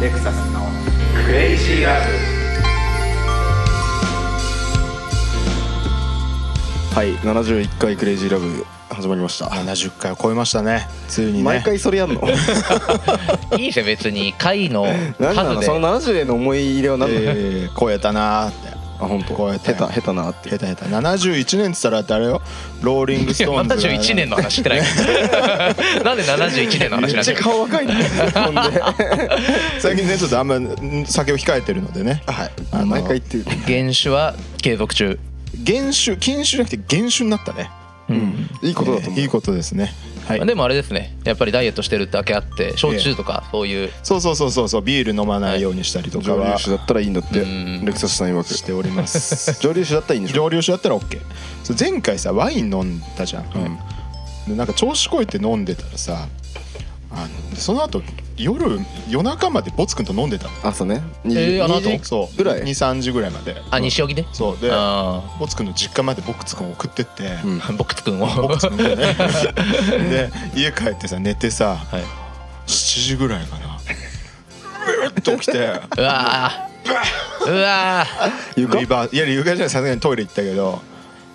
レクサスのクレイジーラブはい71回クレイジーラブ始まりました70回を超えましたねついにね毎回それやんのいいですよ別に回の何な数のでその70への思い入れは何なの、えー超えたなーってあ本当。こうやって下手下手なって下手下手71年っつったらってあれよローリングストーンズが71年の話してない からなんで71年の話めっなんちでゃ顔若いねほんで最近ねちょっとあんまん酒を控えてるのでねはいあの毎回言ってる原酒は継続中減酒禁酒じゃなくて減酒になったねうんいいことだと思う、えーいいことですねはいでもあれですねやっぱりダイエットしてるだけあって焼酎とかそういうそうそうそうそうそうビール飲まないようにしたりとか蒸留は酒だったらいいんだってうんレクサスさん曰くしております蒸留酒だったらいいんでしょ蒸留酒だったら OK そう前回さワイン飲んだじゃん、でなんか調子こいて飲んでたらさあのその後夜夜中までボツくんと飲んでたの朝ね2時,、えーあの後2時そうぐらい23時ぐらいまであ西荻ねそうであボツくんの実家までボツくんを送ってって、んあボクツ君をボツくん でねで家帰ってさ寝てさ、はい7時ぐらいかなブーッと起きてうわーうわ床リバーいや床じゃないさすがにトイレ行ったけど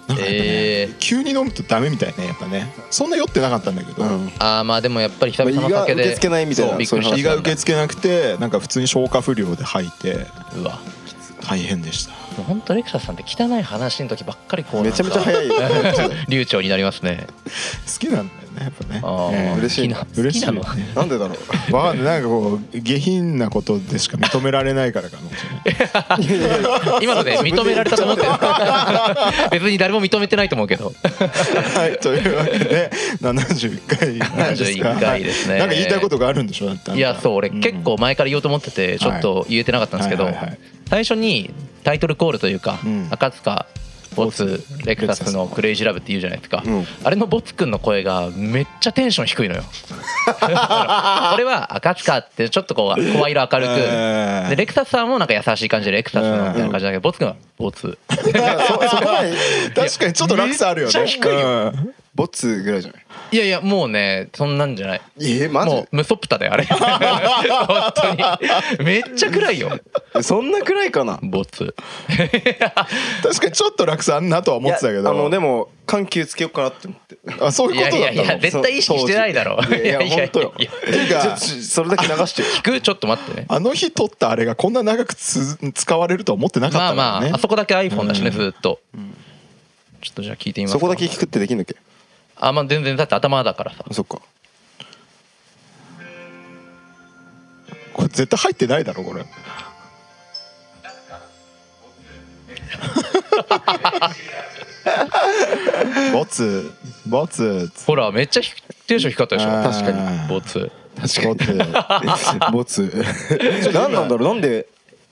なんかやっぱね、えー急に飲むとダメみたいねやっぱねそんな酔ってなかったんだけど、うんーあーまあでもやっぱり久々の酒まあ胃が受けで付けないみたいなそうびっくりしそういま胃したが受け付けなくてなんか普通に消化不良で吐いてうわ大変でしたもう本当レクサスさんって汚い話の時ばっかりこうめちゃめちゃい早い 流暢になりますね好きなんだよねやっぱねあー嬉しい好きな嬉好しきいなよのね なんでだろうわかんないなんかこう下品なことでしか認められないからかもしれない 今の で認められたと思ってる別に誰も認めてないと思うけ ど はいというわけで71回なんですか71回ですねなんか言いたいことがあるんでしょだってあんたいやそう俺ん結構前から言おうと思っててちょっと言えてなかったんですけどはいはいはいはい最初にタイトルコールというかうん赤塚ボツレクサスの「クレイジーラブ」って言うじゃないですかあれのボツくんの声がめっちゃテンション 低いのよ俺は赤塚ってちょっとこう声色明るえーくでレクサスさんもなんか優しい感じでレクサスのみたいな感じだけどボツくんはボツそそこまで確かにちょっと落差あるよねめっちゃ低いよ、ボツぐらいじゃないいやいやもうねそんなんじゃないえー、マジもうムソプタだよあれ本当にめっちゃ暗いよえそんなくらいかなボツうん確かにちょっと落差あんなとは思ってたけいやどあのでもも緩急つけようかなって思ってあそういいうやこといだっやたのいや絶対意識してないだろいやいや本当よいやていうかそれだけ流してよ聞くちょっと待ってねあの日撮ったあれがこんな長くつ使われるとは思ってなまかあったからまね、ああそこだけ iPhone だしねずっとちょっとじゃあ聞いてみますそかこだけ聞くってできんだっけあまあ全然だって頭だからさあそっかこれ絶対入ってないだろこれボツボツほらめっちゃテンション低かったでしょあー確かにボツボツボツ何なんだろうなんで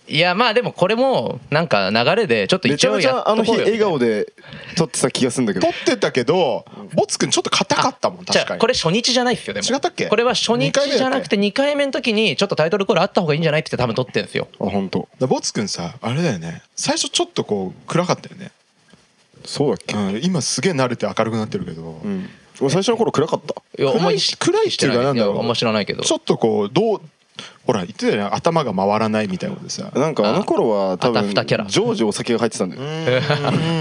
いやまあでもこれもなんか流れでちょっとめち一ゃ応めちやっゃあのと日こうよ笑顔で撮ってた気がするんだけ撮どってたけどボツくんちょっと硬かったもんじ確ゃかあにこれ初日じゃないっすよでも違ったっけこれは初日二回目だっけじゃなくて2回目の時にちょっとタイトルコールあった方がいいんじゃないって言って多分撮ってんですよあ本当だボツくんさあれだよね最初ちょっとこう暗かったよね、そうだっけうん、今すげえ慣れて明るくなってるけど、うん俺最初の頃暗かったいや暗いあんまり知暗いっていうかなんだろう知ってないやあんま知らないけどちょっとこうどうほら言ってたよね頭が回らないみたいなことでさなんかあの頃は多あた分ふたキャラ常時お酒が入ってたんだよ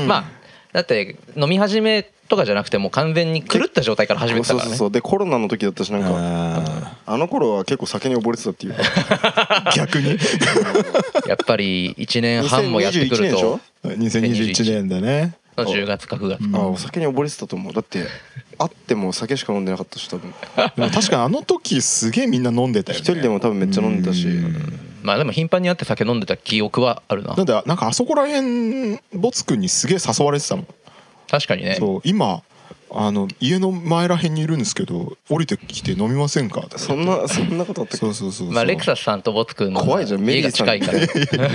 まあだって飲み始めとかじゃなくてもう完全に狂った状態から始めてたそうからそうねそうでコロナの時だったしなんかああの頃は結構酒に溺れてたっていうかー逆にやっぱり1年半もやってく2021る年でしょと2021年だねの10月か9月あお酒に溺れてたと思うだってあっても酒しか飲んでなかったし多分でも確かにあの時すげえみんな飲んでたよ一ね人でも多分めっちゃ飲んでたしまあでも頻繁に会って酒飲んでた記憶はあるななんだなんかあそこら辺ボツくんにすげえ誘われてたもん確かにねそう今あの家の前らへんにいるんですけど降りてきて飲みませんかってそんなそんなことあったっけそうそうそうそうまあレクサスさんとボツ君の怖いじゃんメ家リがーさん近いから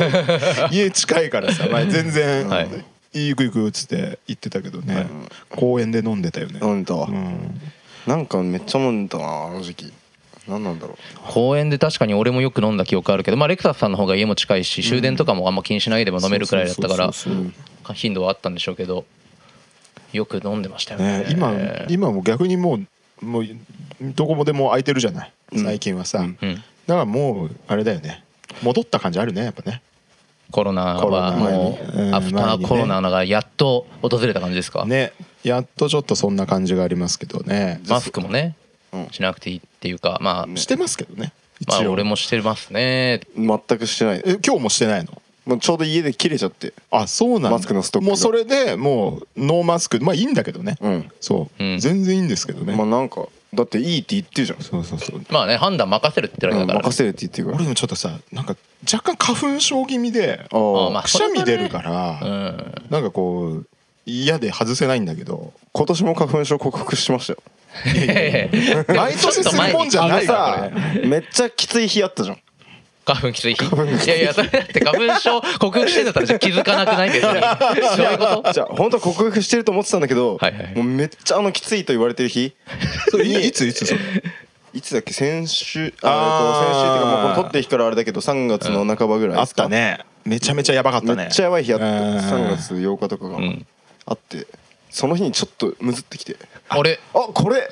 家近いからさ前全然、はいいい行く行くっつって行ってたけどね、公園で飲んでたよね飲んだわうんなんかめっちゃ飲んでたなあの時期何なんだろ公園で確かに俺もよく飲んだ記憶あるけどまあレクサスさんの方が家も近いし終電とかもあんま気にしないでも飲めるくらいだったからそうそうそう頻度はあったんでしょうけどよく飲んでましたよそうねね今今も逆にもうもうどこもでも空いてるじゃない最近はさ、うんだからもうあれだよね戻った感じあるねやっぱねコロナコロナは前にもううんアフタ前にーねコロナがやっと訪れた感じですか、ねやっとちょっとそんな感じがありますけどねマスクもねうんしなくていいっていうかまあ、してますけどね一まあ応、俺もしてますね全くしてないえ今日もしてないのもうちょうど家で切れちゃってあそうなんだマスクのストックがもうそれでもうノーマスクまあいいんだけどね、うんそう、うん全然いいんですけどね、まあなんかだっていいって言ってるじゃんそうそうそうまあね判断任せるってだけうだんから、任せるって言ってるか俺らでもちょっとさなんか若干花粉症気味であああまああくしゃみ出るかうら、んなんかこう嫌で外せないんだけど今年も花粉症克服しましたよ毎年するもんじゃないちょっと前にかさめっちゃきつい日あったじゃん花粉きつい日いやいやそれだって花粉症克服してんだったらじゃあ気づかなくない別にそういうことじゃあ本当は克服してると思ってたんだけど、はいはいもうめっちゃあのきついと言われてる日それいいついつそれいつだっけ先週ああーーえっと先週っていうかもうこの撮ってる日からあれだけど3月の半ばぐらいあでっすか、たねめちゃめちゃやばかったねめっちゃやばい日あったうん3月8日とかがんあってその日にちょっとむずってきて俺あこ れ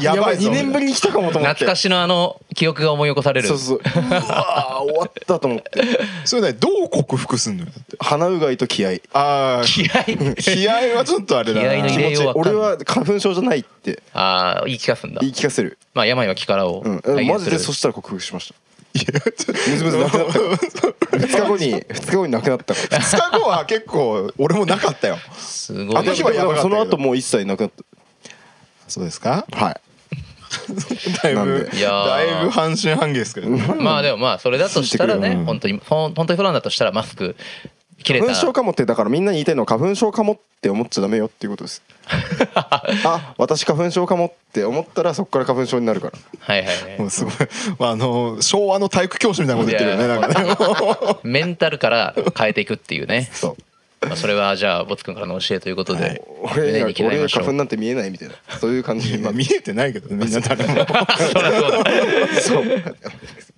やばいぞ2年ぶりに来たかもと思って懐かしのあの記憶が思い起こされるそう そうそううわー終わったと思ってそれねどう克服すんのよだって鼻うがいと気合いああ 気合い気合はちょっとあれだな気合の入れようわかんない俺は花粉症じゃないってああ言い聞かすんだ言い聞かせる、まあ病は気からをうん、体マ現ジすでるそしたら克服しましたいやちょむずむずなくなったから2 日後に2日後になくなったから二日後は結構俺もなかったよすごいあの日はやばかったそけどの後もう一切なくなっそうですかたはいだいなんぶでいやーだいぶ半信半疑ですけどねまあでもまあそれだとしたらねうん本当にほん本当にそうなんだとしたらマスク切れ花た粉症かもってだからみんなに言いたいのは花粉症かもって思っちゃダメよっていうことです あ私花粉症かもって思ったらそこから花粉症になるからはいはいもはうすごい、まあ、あの昭和の体育教師みたいなこと言ってるよねいやなんかねい メンタルから変えていくっていうねそうまあそれはじゃあボツくんからの教えということで俺に胸はに刻み俺まにしょ花粉うなんて見えないみたいなそういう感じにままああ見えてないけどねみんな誰も そりゃそうだそう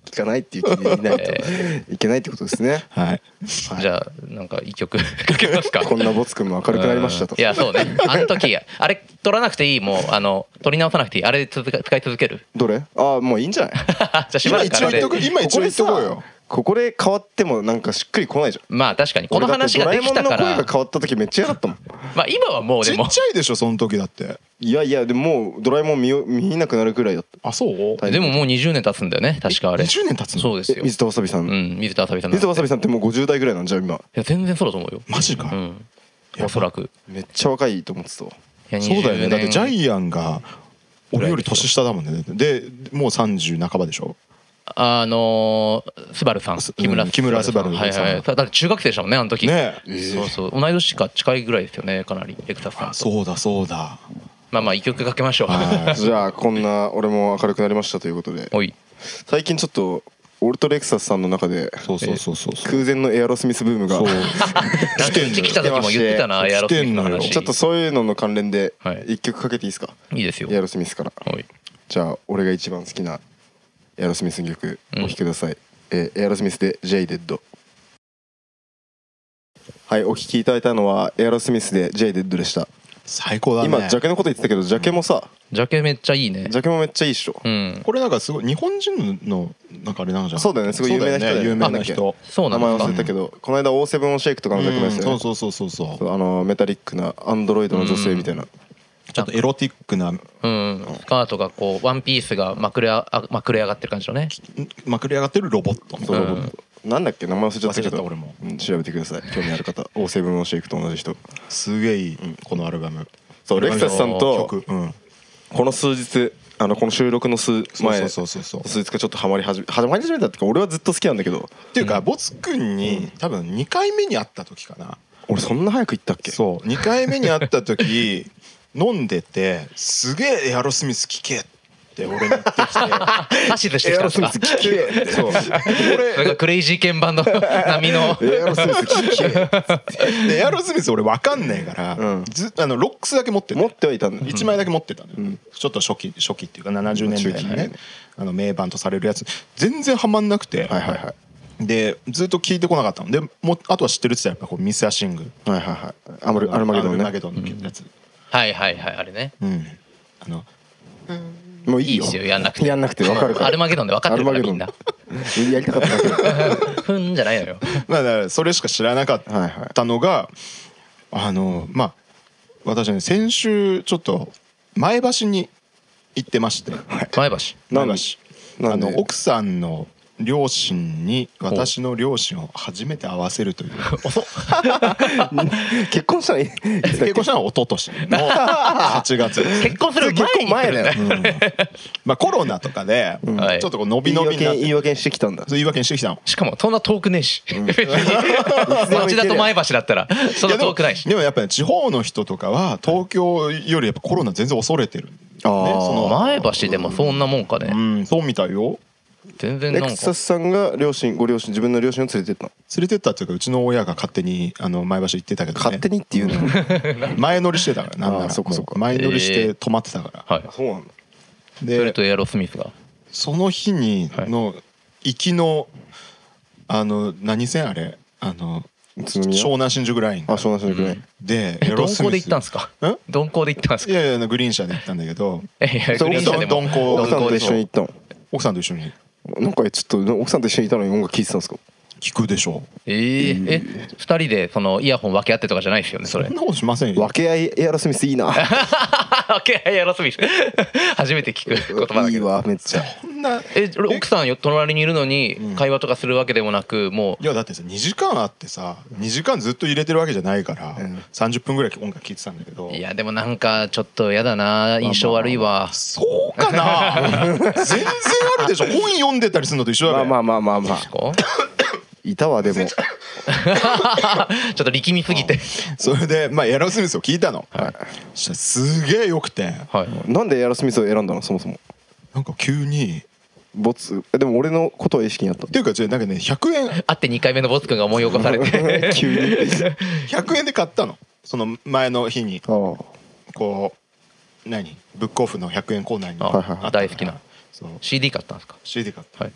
聞かないっていう気にいないといけないってことですねはいじゃあなんか一曲 かけますかこんなボツくんも明るくなりましたといやそうねあの時あれ取らなくていいもうあの取り直さなくていいあれ続か使い続ける どれああもういいんじゃないじゃあしば今一応らくあれ言っとく今一応言っとこうよここで変わってもなんかしっくりこないじゃんまあ確かにこの話ができたか俺だってドラえもんの声らが変わった時めっちゃ嫌だったもんまあ今はもうちでっもちゃいでしょその時だっていやいやでももうドラえもん見よ見えなくなるくらいだったあそういでももう20年経つんだよね確かあれ20年経つのそうですえよ水田わさびさん、うん水田あさびさんなん水て田わさびさんってもう50代ぐらいなんじゃん今いや全然そうだと思うよマジか、うんおそらくめっちゃ若いと思って たわいやそうだよね20だってジャ年イアンが俺より年下だもんねでもう30半ばでしょあのースバルさん木村うん木村昴昴はいさんはいだって中学生でしたもんねあの時ねそうそう同い年か近いぐらいですよねかなりエクタさんあとそうだそうだまあまあ一曲かけましょうはじゃあこんな俺も明るくなりましたということで おい最近ちょっとオルトレクサスさんの中でそうそうそうそう そう空前のエアロスミスブームがそう来て来た時も言ってたな来てんのよエ来てんのよアロスミスの話ちょっとそういうのの関連ではい一曲かけていいですか、いいですよエアロスミスからおいじゃあ俺が一番好きなエアロスミスの曲お聴きください、えーエアロスミスで「JDED」はいお聴きいただいたのはエアロスミスで「JDED」でした最高だね今ジャケのこと言ってたけどジャケもさ、ジャケめっちゃいいねジャケもめっちゃいいっしょうんこれなんかすごい日本人のなんかあれなんじゃんそうだよねすごい有名な人だよね有名なんだなっけ人そうな名前んです忘かれたけど、この間「オーセブンシェイク」とかの曲もうでんすよね、そうそうそうそうそうそうあのメタリックなアンドロイドの女性みたいな、ちょっとエロティックなうんスカートがこうワンピースがまくれああまくれ上がってる感じのねまくれ上がってるロボットみそたういロなボットなんだっけ名前忘れちゃったけ忘れちゃったど俺もうん調べてください興味ある方「オーセブンシェイク」と同じ人すげえいいこのアルバムそうレクサスさんと曲うんこの数日あのこの収録の数前そうそうそうそう数日かちょっとハマり始めハマり始めたってか俺はずっと好きなんだけどっていうかボツくんに多分2回目に会った時かな俺そんな早く行ったっけそう2回目に会った時 飲んでてすげえエアロスミス聞けって俺に言って き指図してエきアたんロでスすミかス聞けてそうそれがクレイジー鍵盤の波のエアロスミス聞でエアロスミス俺分かんないから、うんずあのロックスだけ持っけて 持てってはいたんだ1枚だけ持ってたのよ、んちょっと初期初期っていうか70年代の中期ねねあの名盤とされるやつ全然ハマんなくて、はいはいはでずっと聞いてこなかったのでもうあとは知ってるって言ったらやっぱこうミス・ア・シングはいはいはいアマルアルマゲドンアルマねゲドンのやつ、はいはいはいあれねうんあのもういいいいよですよやんなくてやんなくて分かるからアルマゲドンで分かってるからみんなやりたかっただけだふんじゃないのよまあだからそれしか知らなかっはいはいたのが、あのまあ私はね先週ちょっと前橋に行ってましてなん前橋で前橋なあんでの奥さんの両親に私の両親を初めて会わせるという 結婚したらいい結婚したのは一 昨年の8月です結婚する結前婚に前だよまあコロナとかでちょはいっとこう伸び言い伸びになっ訳言ていそう訳してきたんだ言い訳にしてきたのしかもそんな遠くねえし町町田と前橋だったらそんいやなでも遠くないしでもやっぱり地方の人とかは東京よりやっぱコロナ全然恐れてるんだよねあーその前橋でもそんなもんかうねんそうみたいよ全然レなクんサかスさんが両親ご両親自分の両親を連れてったの連れてったっていうかうちの親が勝手にあの前橋行ってたけど、ね、勝手にっていうの前乗りしてたからなんなあーらそっかそっかもう前乗りしえてー泊まってたから、はいそうなんだそれでとエアロスミスがその日にの行きのあの何線あれあの宇都宮湘南新宿ラインあそうなんですねでえエロ鈍ス行ミでス行ったんですかん鈍行で行ったんですいかやいやあのグリーン車で行ったんだけどいやいやそグれリーン車でも鈍行奥さん鈍行とで一し緒にょ行ったの奥さんと一緒になんかちょっと奥さんと一緒にいたのに音楽聴いてたんですか聞くでしょえーえ二人でそのイヤホン分け合ってとかじゃないですよねそれ そんなことしませんよ分け合いエアロスミスいいなオッケーエアロスミス 初めて聞く 言葉だいけいどわめっちゃそんなえ俺奥さんよ隣にいるのに会話とかするわけでもなくもいやだってさ2時間あってさ2時間ずっと入れてるわけじゃないから、30分ぐらい音楽聴いてたんだけどういやでもなんかちょっとやだな印象悪いわそう かな全然あるでしょ本読んでたりするのと一緒まだあから、まあまあまあまあ こいたわでもうちょっと力みすぎてそれで、まあ、エアロスミスを聞いたの、そしたらすげえよくてはいなんでエアロスミスを選んだのそもそもなんか急にボツえでも俺のことは意識にあっ たっていうかじゃあなんかね100円会って2回目のボツ君が思い起こされて 急 に 100円で買ったのその前の日にああこう何ブックオフの100円コーナーにああったから大好きなそう CD 買ったんですか CD 買ったはい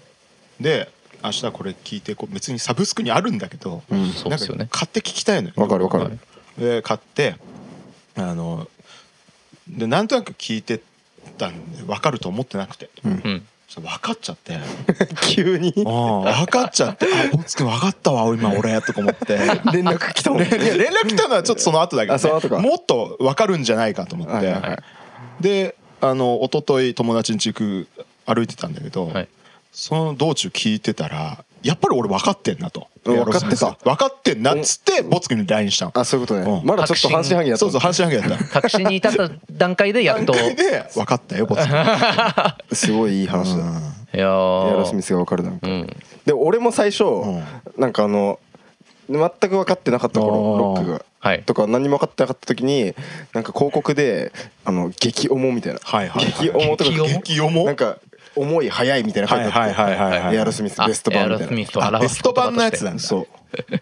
で明日これ聞いてこう別にサブスクにあるんだけど、そうなでんすよかね買って聞きたいのよわかるわかる、はいで買ってあのでなんとなく聞いてたんで分かると思ってなくて、うんそれ分かっちゃって急 に分かっちゃって「あボツ君分かったわ今俺」とか 思って。連絡来たもんいや連絡来たのはちょっとその後だけど、ね、あその後かもっと分かるんじゃないかと思って、はいはいはであの一昨日友達ん家行く歩いてたんだけど、はいその道中聞いてたらやっぱり俺分かってんなとうん分かってた分かってんなっつってボツ君に LINE したのあそういうことねうんまだちょっと半信半疑だったそうそう半信半疑だった確信に至った段階でや っといそれで分かったよボツ君すごいいい話だエやーアロスミスがわかるなんかうんでも俺も最初んなんかあの全く分かってなかった頃ロあーックがはいとか何にも分かってなかった時になんか広告であの激重みたいなはいはい激重とか激重激重なんか重い速いみたいな書いてあってはいはいはいはいはいエアロスミスベストあ版エアみたいロスなミスをあ表ベすス言ト葉版のやとしつてなんだそう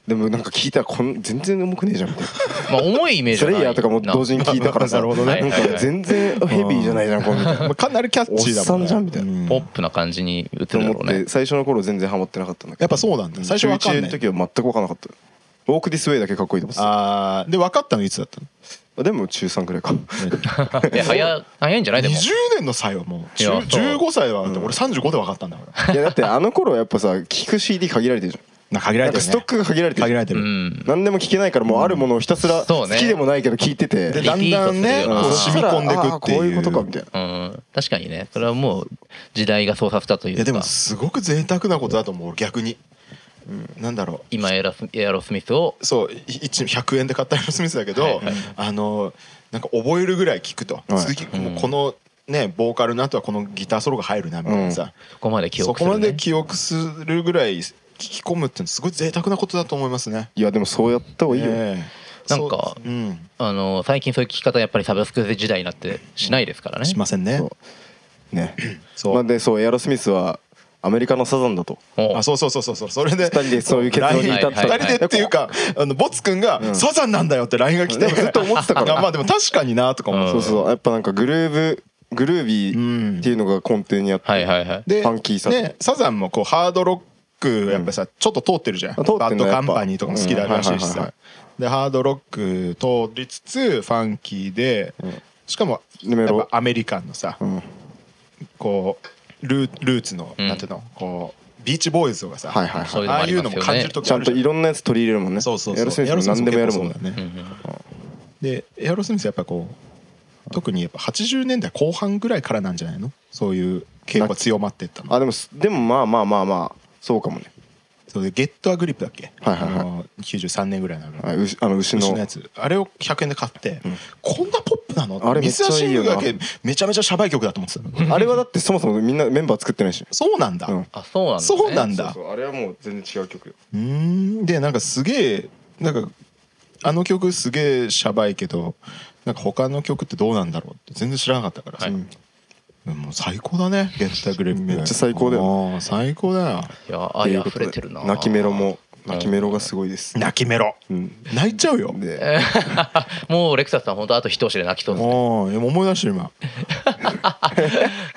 でもなんか聞いたらこん全然重くねえじゃんみたいなまあ重いイメージスはないレイヤーとかも同時に聞いたからさなるほどねなんか全然ヘビーじゃないじゃんこうみたいなまあかなりキャッチーだもんおっさんじゃんみたいなうポップな感じに映るとだ思ろうってね最初の頃全然ハマってなかったんだけどやっぱそうなんだ最初分かん中1なのい時は全く分からなかったウォークディスウェイだけかっこいいと思ってあーで分かったのいつだったのたでも中3くらいか いや早早いんじゃないでも20年の際はもういやそう10 15歳は俺35で分かったんだからいやだってあの頃はやっぱさ聞く CD 限られてるじな限ゃらんなんかれてるスねトックが限られてる限られてうるん何でも聞けないからもうあるものをひたすらそ好うねきでもないけど聞いててでリだんだんねリピートするよなこう染み込んでくってあーこういいううことかみたいなうん確かにねそれはもう時代が操作したといういかやでもすごく贅沢なことだと思う俺逆になんだろう今エアロスエアロスミスをそうい一100円で買ったエアロスミスだけど、あのなんか覚えるぐらい聞くと、はい次もうこのねボーカルの後はこのギターソロが入るなみたいなさ、そこまで記そ憶すこまるでね記憶するぐらい聞き込むってのすごい贅沢なことだと思いますね。いやでもそうやった方がいいよ、ええなんかそううん、あの最近そういう聞き方やっぱりサブスク時代になってしないですからねしませんねそ。ねそうまあでそうエアロスミスはアメリカのサザンだとおうあそうそうそうそうそうそれで二人でそういう結論に至った LINE 二人でっていうかあのボツくんがサザンなんだよって LINE が来てでもずっと思ってた からまあでも確かになとか思うっんてそうそうやっぱなんかグルーブグルービうんーっていうのが根底にあって、はいはいはいでファンキーさねサザンもこうハードロックやっぱさちょっと通ってるじゃん通ってんだバッドやカっンぱパニーとかも好きだらしいしうんはいはいはいはさでハードロック通りつつファンキーでしかもメロやっぱアメリカンのさんこうルールーツの、うんなんていうのこうビーチボーイズとかさ、はいはいそうはいいうのもあああいりうのも感じますよねる時ちゃんといろんなやつ取り入れるもんねそうそうエそうアロスミスエアロスミス何でもやるもんね結構そうだね、うんうんでエアロスミスやっぱこう特にやっぱ80年代後半ぐらいからなんじゃないのそういう傾向が強まってったのあでもすでもまあまあまあまあそうかもねそうでゲットアグリップだっけ、はいはいはいあの93年ぐらいなの、あ牛あの牛の牛のやつあれを100円で買って、こんなポップなのあれめっち水ゃ足いいよなだけめちゃめちゃシャバい曲だと思ってた のあれはだってそもそもみんなメンバー作ってないしそうなんだ、ううんん、あそうなんだ、ね、そうなんだそうそうあれはもう全然違う曲よんでなんかすげえなんかあの曲すげえシャバいけどなんか他の曲ってどうなんだろうって全然知らなかったからさ、はいうんもう最高だねゲットアグリップめっちゃ最高だよよ最高だよいや愛溢れてるな泣きメロも泣きメロがすごいです泣きメロうん泣いちゃうよでもうレクサスさん本当あと一押しで泣きそうですねもう思い出してる今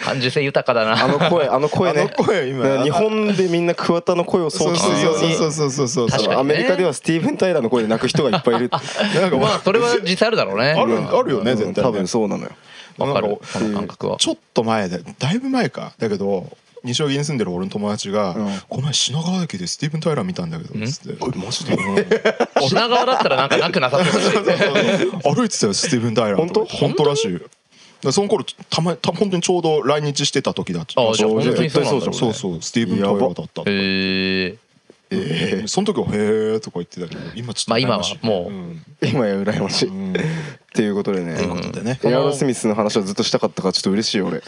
感受性豊かだなあの声あの声ねあの声今だから日本でみんな桑田の声を想起するようにそうそうそうそうそう確かにねアメリカではスティーブン・タイラーの声で泣く人がいっぱいいるなんかまあそれは実際あるだろうねあるあるよねうん絶対ね多分そうなのよわかなんるかその感覚はちょっと前でだいぶ前かだけど西荻に住んでる俺の友達がうん「この前品川駅でスティーブン・タイラー見たんだけど」つって「マジで?うん」品川だったらなんかなく なさそうだね歩いてたよスティーブン・タイラーのとこ本本当らしいよだからその頃たまた本当にちょうど来日してた時だってあじゃあ本当にそうなんだろうねそうそうスティーブン・タイラーだったとへえその時は「へえ」とか言ってたけど今ちょっとまあ今は羨しいもうん今や羨ましい、んっていうことでね、ことでねエアロスミスの話をずっとしたかったからちょっと嬉しいよ俺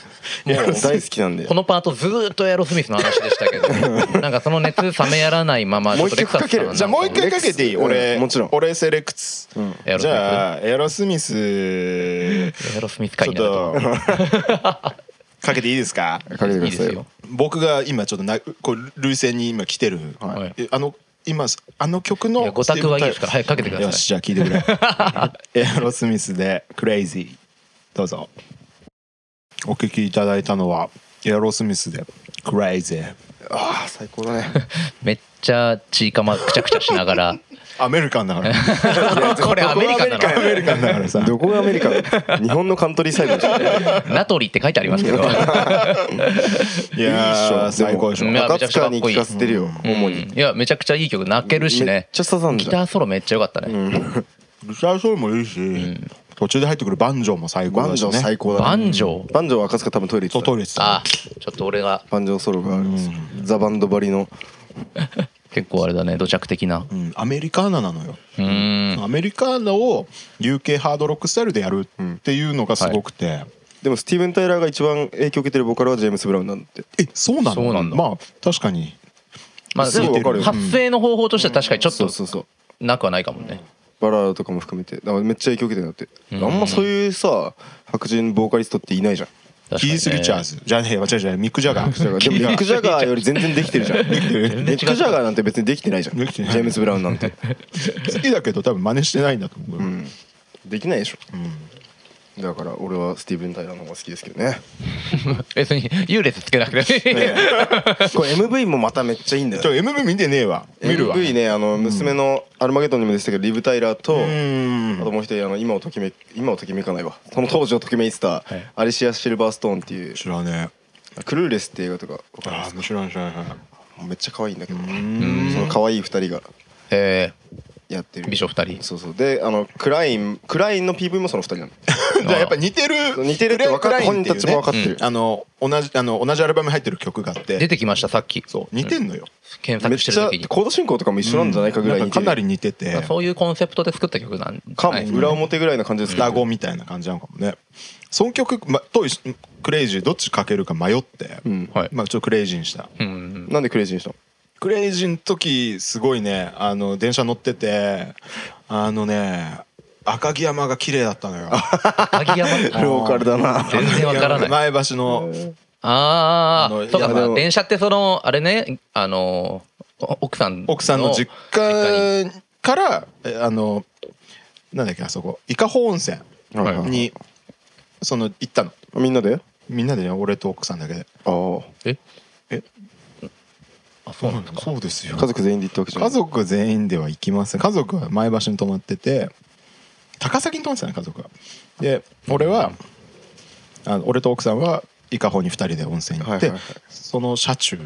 大好きなんでこのパートずーっとエアロスミスの話でした けどなんかその熱冷めやらないままちょっとレクサスさんもう一曲かけるじゃあもう一なんか回かけていい俺、うんもちろん俺セレクツ、エアロスミスじゃあエアロスミスエアロスミスち会ょっになるととかけていいですかかけてくいだいでさいすよよ僕が今ちょっとなこう涙腺に今来てる、はいえあの今あの曲いのやご託はいいですから早くかけてくださいよしじゃあ聞いてく れエアロスミスで「クレイジー」どうぞお聴きいただいたのはエアロスミスで「クレイジーああ最高だねめっちゃちいかまくちゃくちゃしながら」アメリカンだ からこれアメリカなアメリカンだからさどこがアメリカだ日本のカントリーサイドでしょのナトリって書いてありますけ いどやいいっーしょでも最高でしょうん赤塚に聞かせてるよ主にいやめちゃくちゃいい曲泣けるしねめっちゃ刺さんじゃんギターソロめっちゃ良かったね、ギターソロもいいし、途中で入ってくるバンジョーも最高バンだしジョねー最高だバねンジョーバンジョーは赤塚多分トイレ行そうってたトイレ行ってたあちょっと俺がバンジョーソロがあるんですよザ・バンドばりの結構あれだね土着的なうんアメリカーナなのようーんアメリカーナを UK ハードロックスタイルでやるっていうのがすごくて、でもスティーブン・タイラーが一番影響を受けてるボカルはジェームス・ブラウンなんだってえそうなのそうなんだまあ確かにまあすでぐわかるもよ発声の方法としては確かにちょっそとうそうそうなくはないかもねバラードとかも含めてだからめっちゃ影響受けてるんだってあんまそういうさ白人ボーカリストっていない じゃん確かキにーねス・リチャーズじゃねえ間違え違うミック・ジャガーだからでもキミック・ジャガーより 全然できてるじゃんミーック・ジャガーなんて別にできてないじゃんジでェきてないームス・ブラウンなん て好きだけど多分真似してないんだと思う、できないでしょだから俺はスティーブン・タイラーの方が好きですけどね別に優劣つけなく てもいい これ MV もまためっちゃいいんだよちょ MV 見てねえわ見るわ MV ねあの娘のアルマゲドンにも出てたけどリブ・タイラーとんあともう一人あの今をときめ今をときめかないわその当時をときめいてたいアリシア・シルバーストーンっていう知らねクルーレスって映画とかわえかりまあすあ知らない知らない知らないめっちゃ可愛いんだけどその可愛い二人がえやってる美女二人そうそうであのクラインクラインの PV もその二人なの じゃあやっぱ似てる似てるって分かっクレイクライン本ってい人うたちも分ねかってる、あの同じあの同じアルバム入ってる曲があっー出ててきましたさっきそう似てんのよ、検めっ索してちゃる時にコード進行とかも一緒なんじゃないかぐらいなん似かてかるなり似ててまあそういうコンセプトで作った曲なんじかゃもないです裏表ぐらいな感じですけ双ど子みたいな感じなのかもねその曲、ま、とクレイジーどっちかけるか迷って、んはいまあ、ちょっとクレイジーにしたうんうんなんでクレイジーにしたのクレイジーの時すごいねあの電車乗っててあのね赤城山が綺麗だったのよ鍵山ローカルだな全然わからない 前橋のああのあそうかいやまであも電車ってそのあれねあのお奥さん奥さんの実に家からえあのなんだっけあそこ伊香保温泉はいはいにその行ったのみんなでみんなでね俺と奥さんだけでああええあそうなんですかそうですよ家族全員で行ったわけじゃな家い族全員では行きません家族は前橋に泊まってて高崎に泊まってたね家族はで俺はあの俺と奥さんは伊香保に2人で温泉行って、はいはいはいその車中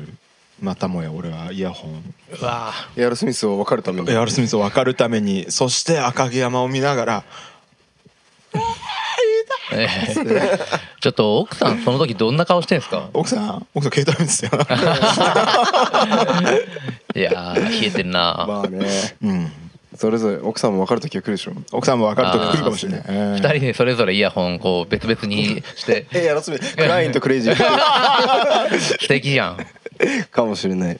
またもや俺はイヤホンうわあエアロスミスを分かるためにエアロスミスを分かるためにそして赤城山を見ながらえ えちょっと奥さんその時どんな顔してんですか奥さん奥さん携帯見てたよ いやー冷えてるな、まあねうんそれぞれ奥さんも分かる時が来るでしょ奥さんも分かるとき来るかもしれない、え二ー人でそれぞれイヤホンこう別々に してえエアロスミスクラインとクレイジ ー素敵じゃんかもしれない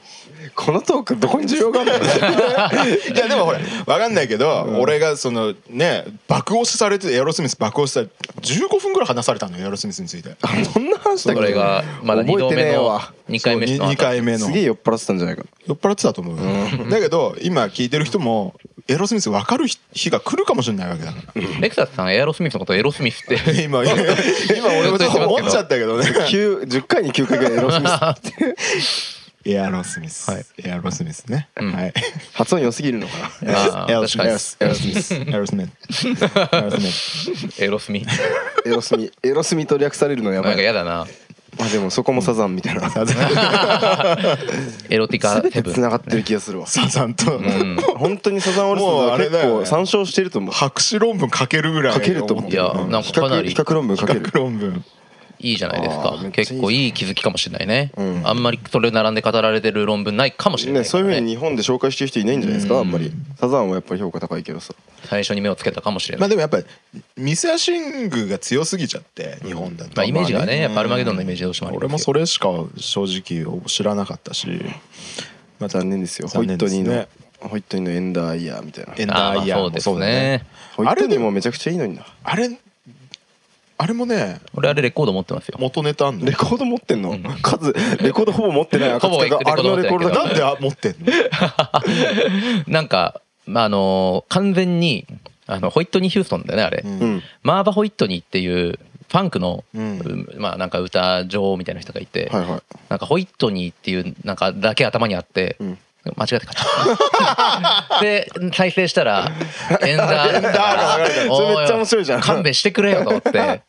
このトークどこに需要があるのいやでもほら分かんないけど、俺がそのね爆押しされてエアロスミス爆押しされて15分ぐらい話されたのよエアロスミスについてそんな話だっそけれがまだ2度覚えて目ねえのわ2回目の2回目のすげえ酔っ払ってたんじゃないか酔っ払ってたと思うよ、だけど今聞いてる人もエアロスミス分かる日が来るかもしれないわけだからレクサスさんエアロスミスのことエロスミスって 今今俺もちょっと思っちゃったけどね九10回に9回ぐらいエアロスミ ス エアロスミス、はいエアロスミスね、んはい発音良すぎるのかなあーエアロスミスエアロス確ミ スエアロスミスエアロスミスエロスミエロスミエロスミと略されるのやばなんいか嫌だなまあでもそこもサザンみたいなサザンエロティカ全てセブンつながってる気がするわサザンと、うん本当にサザンオールスターズは結もうあれだよ構ね参照してると思う博士論文書けるぐらい書けると思ういやなんか比かな較り比較論文書け企る画論文いいじゃないですあかーめっちゃいい結構いい気づきかもしれないね、んあんまりそれ並んで語られてる論文ないかもしれないね、かそうらいね、うふうに日本で紹介してる人いないんじゃないですかあんまりサザンはやっぱり評価高いけどさ最初に目をつけたかもしれまあない、でもやっぱりミスアシングが強すぎちゃって日本だと、まあイメージがねやっぱアルマゲドンのイメージどうしてもありますよ俺もそれしか正直知らなかったしまた残念ですよホイ残ッ念トですニーのねホイットニーのエンダーイヤーみたいなエンあダーまーあイヤそーうもですそうだよねねホイットニーもめちゃくちゃいいのになあれあれもね俺あれレコード持ってますよ元ネタあんのレコード持ってんの数レコードほぼ持ってない赤塚ほぼがあれのレコードだレコード持ってないけどけなんであ持ってん のなんか、まあ、あの完全にあのホイットニー・ヒューストンだよねあれ、うんマーバ・ホイットニーっていうファンクの、うんまあ、なんか歌女王みたいな人がいて、はいはいなんかホイットニーっていうなんかだけ頭にあって、ん間違えて買っちゃった で再生し たら「エンダー」ダーが流れてるそれめっちゃ面白いじゃんおお勘弁してくれよと思って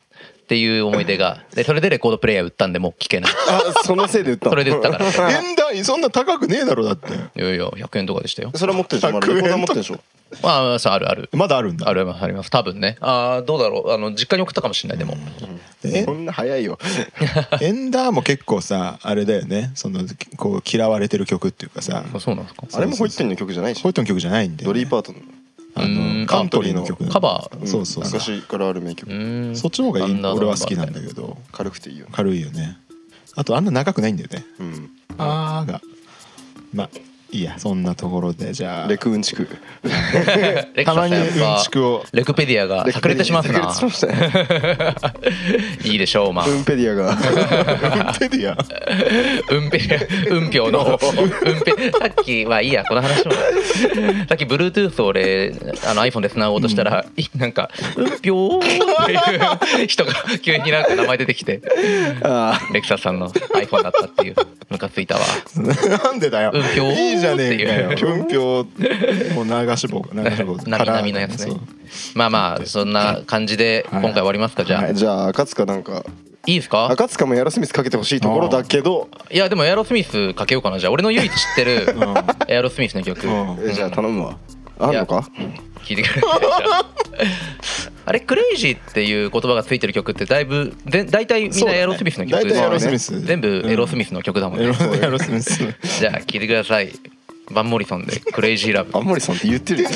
っていう思い出がでそれでレコードプレイヤー売ったんでもう聞けない あそのせいで売ったのそれで売ったからいエンダーそんな高くねえだろだってやいや100円とかでしたよ それは持ってるでしょまだレコードは持ってるでしょまあそうあるあるまだあるんだありますあります多分ねああどうだろうあの実家に送ったかもしれないでも、えそんな早いよエンダーも結構さあれだよねそのこう嫌われてる曲っていうかさあそうなんですかあれもホイットニーの曲じゃないでしホイょットの曲じゃないんでドリーパートのあうんのカントリーの曲なんだカバーそうそうそう昔からある名曲うんそっちの方がいアンいダー俺は好きなんだけど軽くていいよね軽いよねあとあんな長くないんだよねうん「あー」がまあいいやそんなところでじゃあレクうんちくたレクサまスにやうっんぱちくをレクペディアが炸裂します炸な裂しましたね いいでしょうまあウンペディアがペディアうんぺ、うんぴょうの、うんぺ、さっき、まあいいや、この話も。さっき、Bluetooth を俺、あの iPhone で繋ごうとしたら、いなんか、うんぴょうっていう人が急になんか名前出てきて、あレクサスさんの iPhone だったっていう、ムカついたわ。なんでだようんぴょーいいじゃねえかよってぴょんぴょーもう流し棒流し棒 なみなみのやつそねう。まあまあ、そんな感じで、今回終わりますか、じゃあ。あいじゃあ赤塚なんかいですか赤塚もエアロスミスかけてほしいところだけどいや、でもエアロスミスかけようかな、じゃあ。俺の唯一知ってる エアロスミスの曲。うんえじゃあ頼むわあるのか 聞いてくれないじ ゃんあれクレイジーっていう言葉がついてる曲ってだいぶで大体みんなエアロスミスの曲そうだね大体エアロスミス全部エロスミスの曲だもんエね、ロエロスミ スじゃあ聞いてくださいバンモリソンで「クレイジーラブ」あんまりさんって言ってるよね